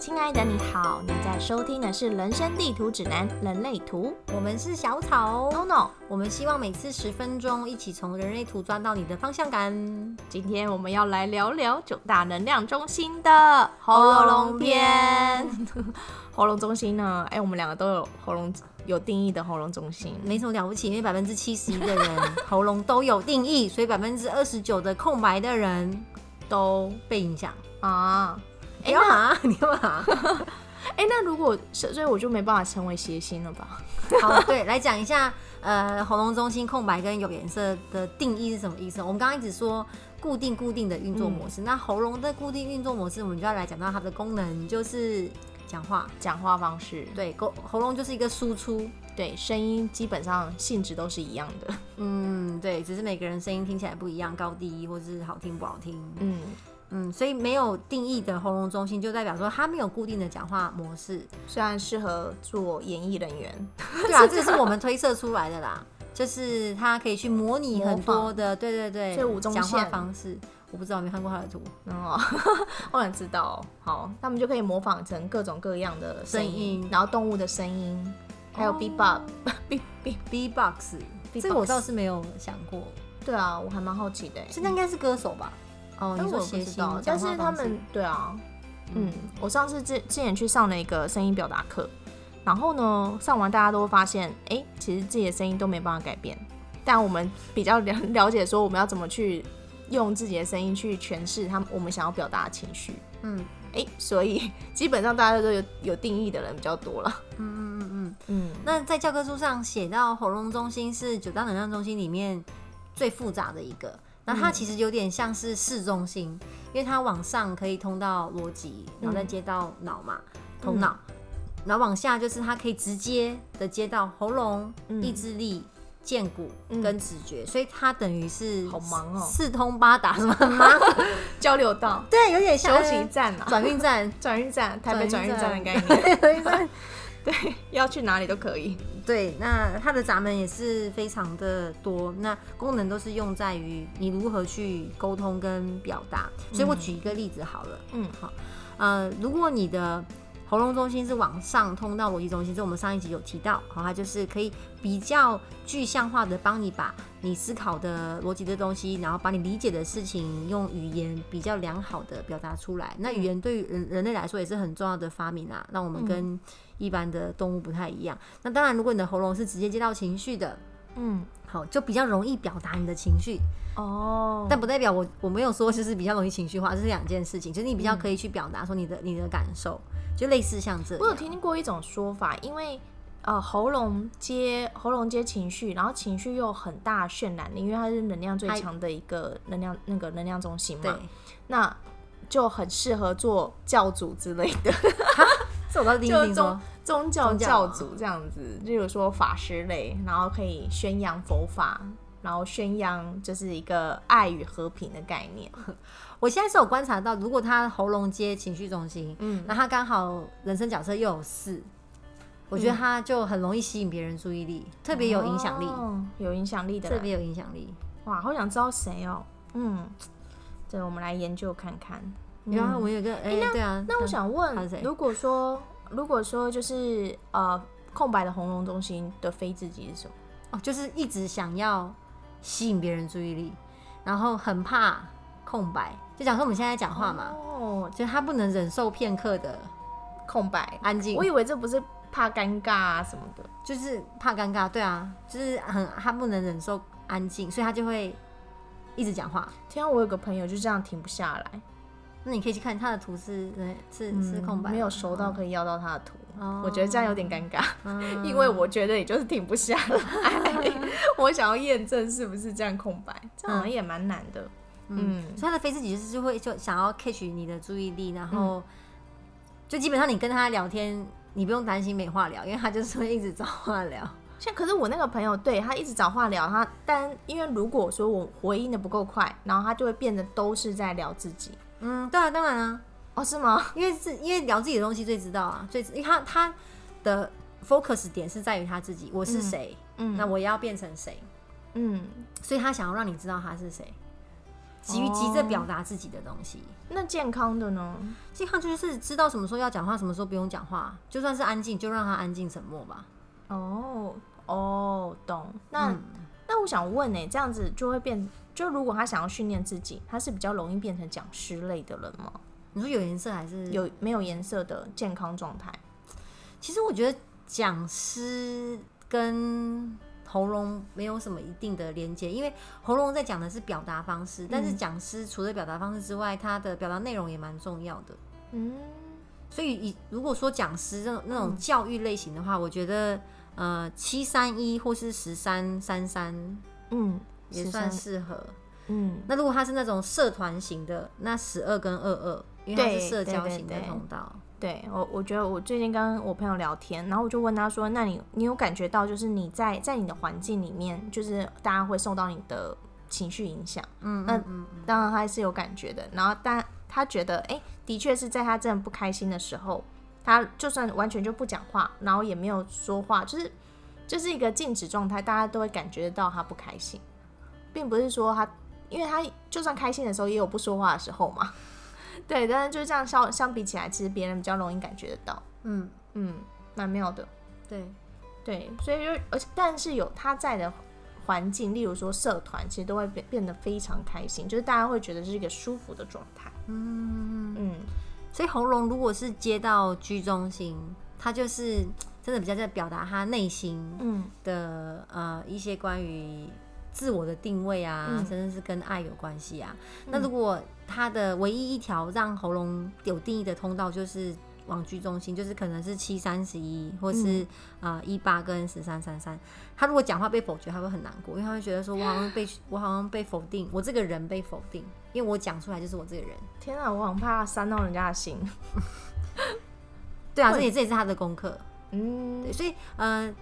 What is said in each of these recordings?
亲爱的，你好，你在收听的是《人生地图指南：人类图我们是小》草，哦，NONO。我们希望每次十分钟，一起从人类图抓到你的方向感。今天我们要来聊聊九大能量中心的喉咙篇。喉咙中心呢？哎、我们两个都有喉咙有定义的喉咙中心。没什么了不起，因为百分之七十一的人喉咙都有定义， 所以百分之二十九的空白的人都被影响。啊，你干嘛？你干嘛？哎、那如果所以我就没办法成为谐星了吧？好，对，来讲一下，呃，喉咙中心空白跟有颜色的定义是什么意思？我们刚刚一直说固定固定的运作模式，那喉咙的固定运作模式，我们就要来讲到它的功能，就是讲话。讲话方式，对，喉喉咙就是一个输出，对，声音基本上性质都是一样的。嗯，对，只是每个人声音听起来不一样，高低或是好听不好听，嗯，嗯，所以没有定义的喉咙中心，就代表说他没有固定的讲话模式。虽然适合做演艺人员，对啊，这个是我们推测出来的啦，就是他可以去模拟很多的，对对对，所以吴宗宪讲话方式，我不知道，没看过他的图，哦， 我想知道哦。好，他们就可以模仿成各种各样的声音，声音然后动物的声音，还有哦 bebop、b b B box， B-box 这个我倒是没有想过，对啊，我还蛮好奇的耶。现在应该是歌手吧？哦，但你我说不谐知星道，，讲但话是他方式们对啊，嗯，我上次之之前去上了一个声音表达课，然后呢，上完大家都会发现，哎、其实自己的声音都没办法改变，但我们比较了了解说我们要怎么去用自己的声音去诠释他们我们想要表达的情绪。嗯哎、所以 基本上大家都有有定义的人比较多了。嗯嗯嗯嗯。嗯，那在教科书上写到，喉咙中心是九大能量中心里面最复杂的一个。那它其实有点像是市中心，因为它往上可以通到逻辑，然后再接到脑嘛，嗯头脑，然后往下就是它可以直接的接到喉咙、嗯意志力、剑骨嗯跟直觉，所以它等于是好忙哦四通八达，什么 很忙？交流道、对，有点像休息站 啊，转运站，转运站、台北 转运站的概念，转运站。要去哪里都可以。对，那它的闸门也是非常的多，那功能都是用在于你如何去沟通跟表达。所以我举一个例子好了，嗯，好，呃，如果你的喉咙中心是往上通到逻辑中心，这我们上一集有提到，好，它就是可以比较具象化的帮你把你思考的逻辑的东西，然后把你理解的事情用语言比较良好的表达出来。那语言对于人人类来说也是很重要的发明啊，让我们跟一般的动物不太一样。那当然，如果你的喉咙是直接接到情绪的，嗯，好，就比较容易表达你的情绪，哦但不代表我我没有说就是比较容易情绪化，这是两件事情，就是你比嗯较可以去表达说你的你的感受，就类似像这我有样。听过一种说法，因为呃喉咙接喉咙接情绪，然后情绪又很大渲染力，因为它是能量最哎强的一个能量那个能量中心对嘛，，那就很适合做教主之类的，这我倒是第一次就听宗说。宗教宗教教啊主这样子，例如说法师类，然后可以宣扬佛法。然后宣扬就是一个爱与和平的概念，我现在是有观察到，如果他喉咙接情绪中心，嗯，那他刚好人生角色又有四，我嗯觉得他就很容易吸引别人注意力，特别有影响力，哦有影响力的特人，别有影响力。哇，好想知道谁哦，嗯，对，我们来研究看看。然后我们有一个，哎、对啊，嗯那我他想他是问谁，如果说如果说就是呃空白的红龙中心的非自己是什么？哦，就是一直想要吸引别人注意力，然后很怕空白。就讲说我们现在讲话嘛，哦，就他不能忍受片刻的空白。安静我，以为这不是怕尴尬啊什么的。就是怕尴尬。对啊，就是很他不能忍受安静，所以他就会一直讲话。天啊，我有个朋友就这样停不下来，那你可以去看他的图是对是是嗯空白的，没有收到可以要到他的图。哦我觉得这样有点尴尬，嗯 因为我觉得你就是停不下来， 我想要验证是不是这样空白，这样好像也蛮难的。嗯，嗯所以他的非自己就是就会就想要 catch 你的注意力，然后、就基本上你跟他聊天，你不用担心没话聊，因为他就是会一直找话 聊。像可是我那个朋友，对他一直找话聊，他但因为如果说我回应的不够快，然后他就会变得都是在聊自己。嗯，对啊，当然啊，哦，是吗？因为是因为聊自己的东西最知道啊，最知因为他他的 focus 点是在于他自己，我是谁，嗯那我也要变成谁，嗯，所以他想要让你知道他是谁。急于急着表达自己的东西。那健康的呢？健康就是知道什么时候要讲话，什么时候不用讲话，就算是安静，就让他安静沉默吧。哦哦，懂。那、嗯那我想问呢、欸这样子就会变，就如果他想要训练自己，他是比较容易变成讲师类的人吗？你说有颜色还是？有没有颜色的健康状态？其实我觉得讲师跟喉咙没有什么一定的连接，因为喉咙在讲的是表达方式，但是讲师除了表达方式之外，他的表达内容也蛮重要的。嗯，所以以如果说讲师那种那种教育类型的话，我觉得呃七三一或是十三三三嗯，也十算三适合。嗯那如果他是那种社团型的，那十二跟二二，因为它对是社交对对型的对通道。对我，我觉得我最近跟我朋友聊天，然后我就问他说：“那你你有感觉到就是你在在你的环境里面，就是大家会受到你的情绪影响？”嗯，那嗯嗯嗯当然他是有感觉的。然后但他觉得，哎、的确是在他真的不开心的时候，他就算完全就不讲话，然后也没有说话，就是就是一个静止状态，大家都会感觉到他不开心，并不是说他，因为他就算开心的时候也有不说话的时候嘛。对，但是就这样相相比起来，其实别人比较容易感觉得到，嗯，嗯，蛮妙的。对，对，所以就而且但是有他在的环境，例如说社团，其实都会变变得非常开心，就是大家会觉得是一个舒服的状态。嗯，嗯，所以喉咙如果是接到居中心，他就是真的比较在表达他内心嗯的呃一些关于自我的定位啊，嗯甚至是跟爱有关系啊。那如果他的唯一一条让喉咙有定义的通道就是。往居中心就是可能是七三十一，或是嗯啊一八跟十三三三。他如果讲话被否决，他会很难过，因为他会觉得说我好像被我好像被否定，我这个人被否定，因为我讲出来就是我这个人。天啊，我很怕伤到人家的心。对啊，会这也这也是他的功课。嗯对，所以呃，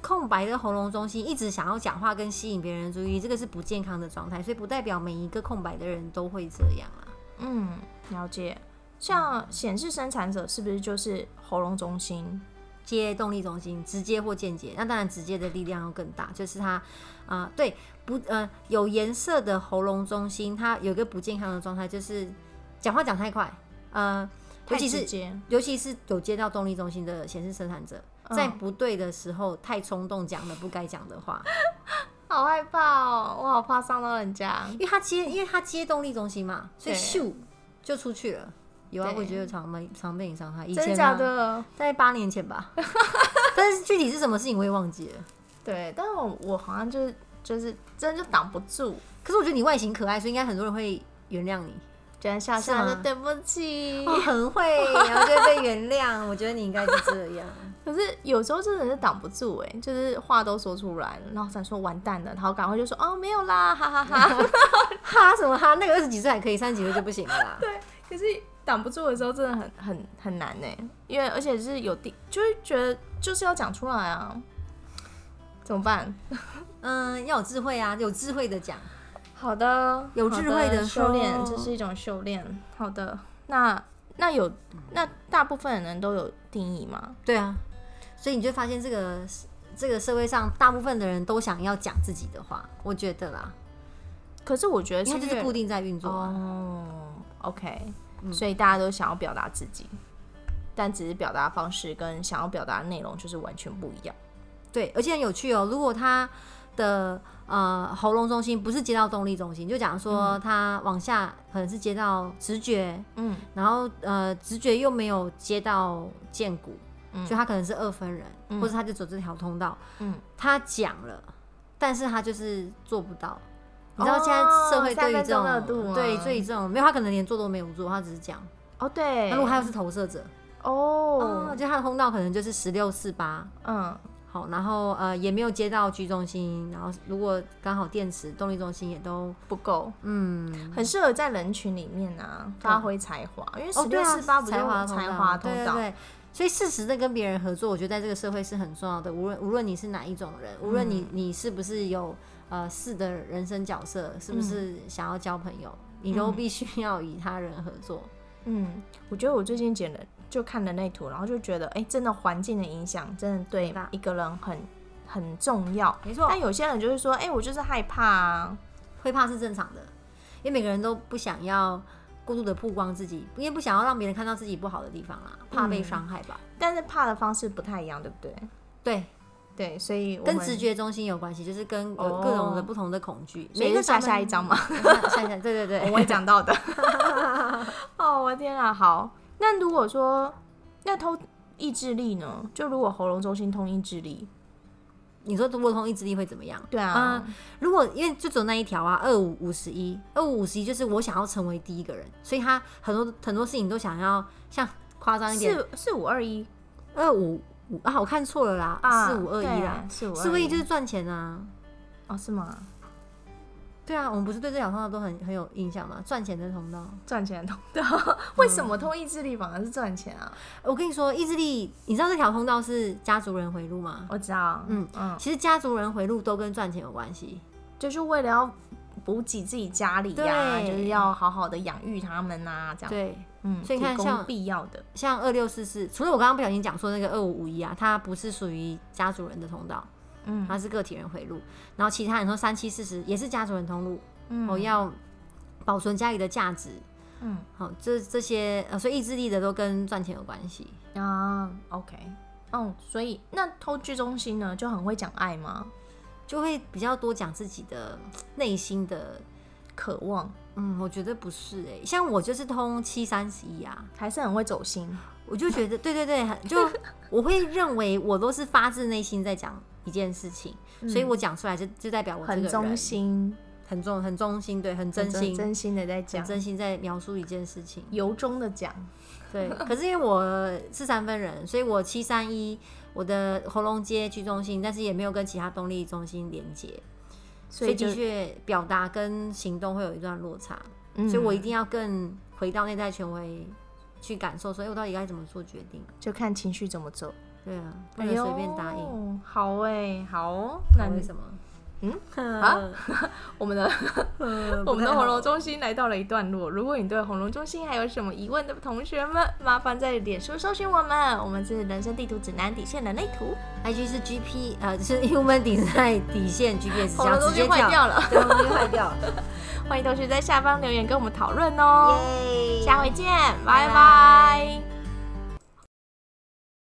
空白的喉咙中心一直想要讲话跟吸引别人的注意力，这个是不健康的状态，所以不代表每一个空白的人都会这样啊。嗯，了解。像显示生产者是不是就是喉咙中心？接动力中心，直接或间接，那当然直接的力量要更大，就是它，啊、对，不，呃，有颜色的喉咙中心，它有一个不健康的状态，就是讲话讲太快，呃，尤太其直是接，尤其是有接到动力中心的显示生产者，在嗯不对的时候太冲动讲了不该讲的话，好害怕哦，我好怕伤到人家。因为他接，因为他接动力中心嘛，所以对咻就出去了。有啊，对我觉得常被常被你伤害，以前真啊假的？在八年前 吧，但是具体是什么事情我也忘记了。对，但是我我好像就是就是真的就挡不住，可是我觉得你外形可爱，所以应该很多人会原谅 你。只能笑是笑说吗对不起。哦，很会，然后就会被原谅。我觉得你应该是这 样。可是有时候真的是挡不住哎、就是话都说出来了，然后才说完蛋了，然后赶快就说哦没有啦，哈哈哈 哈什么哈？那个二十几岁还可以，三十几岁就不行 了啦。可是挡不住的时候真的很很很难哎、因为而且是有地，就会觉得就是要讲出来啊，怎么办？嗯，要有智慧啊，有智慧的讲。好的，有智慧的好说修炼，这是一种修炼。好的，那那有那大部分的人都有定义吗？对啊，所以你就发现这个这个社会上大部分的人都想要讲自己的话，我觉得啦，可是我觉得因是为它就是越固定在嗯运作、啊。哦，OK，、所以大家都想要表达自己，但只是表达方式跟想要表达的内容就是完全不一样。对，而且很有趣哦。如果他的呃喉咙中心不是接到动力中心，就假如说他往下可能是接到直觉，嗯然后呃直觉又没有接到剑骨，嗯所以他可能是二分人，嗯或者他就走这条通道。嗯，他讲了，但是他就是做不到。你知道现在社会哦三对于分这钟种、热度啊对对于这种没有他可能连做都没有做，他只是讲。哦对，那如果他又是投射者，哦，哦，就他的通道可能就是十六四八，嗯好，然后呃也没有接到居中心，然后如果刚好电池动力中心也都不够，嗯很适合在人群里面啊发挥才华，因为十六四八不就哦啊才华是通才华通对对道？对。所以适时的跟别人合作，我觉得在这个社会是很重要的。无论无论你是哪一种人，无论嗯你你是不是有呃是的人生角色，是不是嗯想要交朋友，你都必须要与他人合作。嗯，我觉得我最近剪了就看人类图，然后就觉得，哎、真的环境的影响真的对大一个人很很重要。没错但有些人就是说，哎、我就是害怕啊，会怕是正常的，因为每个人都不想要过度的曝光自己，因为不想要让别人看到自己不好的地方啦，怕嗯被伤害吧。但是怕的方式不太一样，对不对？对，对，所以我跟们直，觉中心有关系，就是跟有哦各种的不同的恐惧。所以个是下咱们下一章嘛，下下一章，对对 对，我也讲 到的。哦，我的天啊，好，那如果说那偷意志力呢？就如果喉咙中心通意志力，你说多通意志力会怎么样？对啊，啊如果因为就只有那一条啊，二五五十一，二五五十一就是我想要成为第一个人，所以他很多很多事情都想要像夸张一点，四四五二一二五五啊，我看错了啦，啊，四五二一啦，，四五四五二一就是是赚钱啊。哦，是吗？对啊，我们不是对这条通道都很很有印象吗？赚钱的通道，赚钱 通道，为什么通意志力反而是赚钱啊？我跟你说，意志力，你知道这条通道是家族人回路吗？我知道，嗯嗯，其实家族人回路都跟赚钱有关系。就是为了要补给自己家里呀、对就是要好好的养育他们呐、这样，对，嗯，所以你看提供像必要的，像二六四四，除了我刚刚不小心讲错那个二五五一啊，它不是属于家族人的通道，嗯它是个体人回路。然后其他人说三七四十也是家族人通路，嗯哦，要保存家里的价值，嗯好、这这些呃，所以意志力的都跟赚钱有关系。啊，OK，嗯，所以那偷剧中心呢就很会讲爱吗？就会比较多讲自己的嗯内心的，渴望嗯，我觉得不是哎、像我就是通七三十一啊，还是很会走心，我就觉得对对对，很 就我会认为我都是发自内心在讲一件事情，所以我讲出来就就代表我这个很人忠心，很重很忠心，对，很真心，真心的在很讲，真心在描述一件事 情。由衷的讲，对，可是因为我是三分人，所以我七三一，我的喉咙接居中心，但是也没有跟其他动力中心连接，所所以就的确表达跟行动会有一段落差，嗯所以我一定要更回到内在权威去感受，所以我到底该怎么做决定？就看情绪怎么走，对啊，不能随便答应。应。好哎、好哦，那那为什么？嗯啊，我们的 我们的红咙龙中心来到了一段落。如果你对红龙中心还有什么疑问的同学们，麻烦在脸书搜寻我们，我们是人生地图指南底线人类图。 IG 是 GP 呃，是 Human Design 底线 GPS，红这龙样直中接心坏跳，掉了，对，喉咙中心坏掉了。欢迎同学在下方留言跟我们讨论哦。 耶！下回见，拜拜拜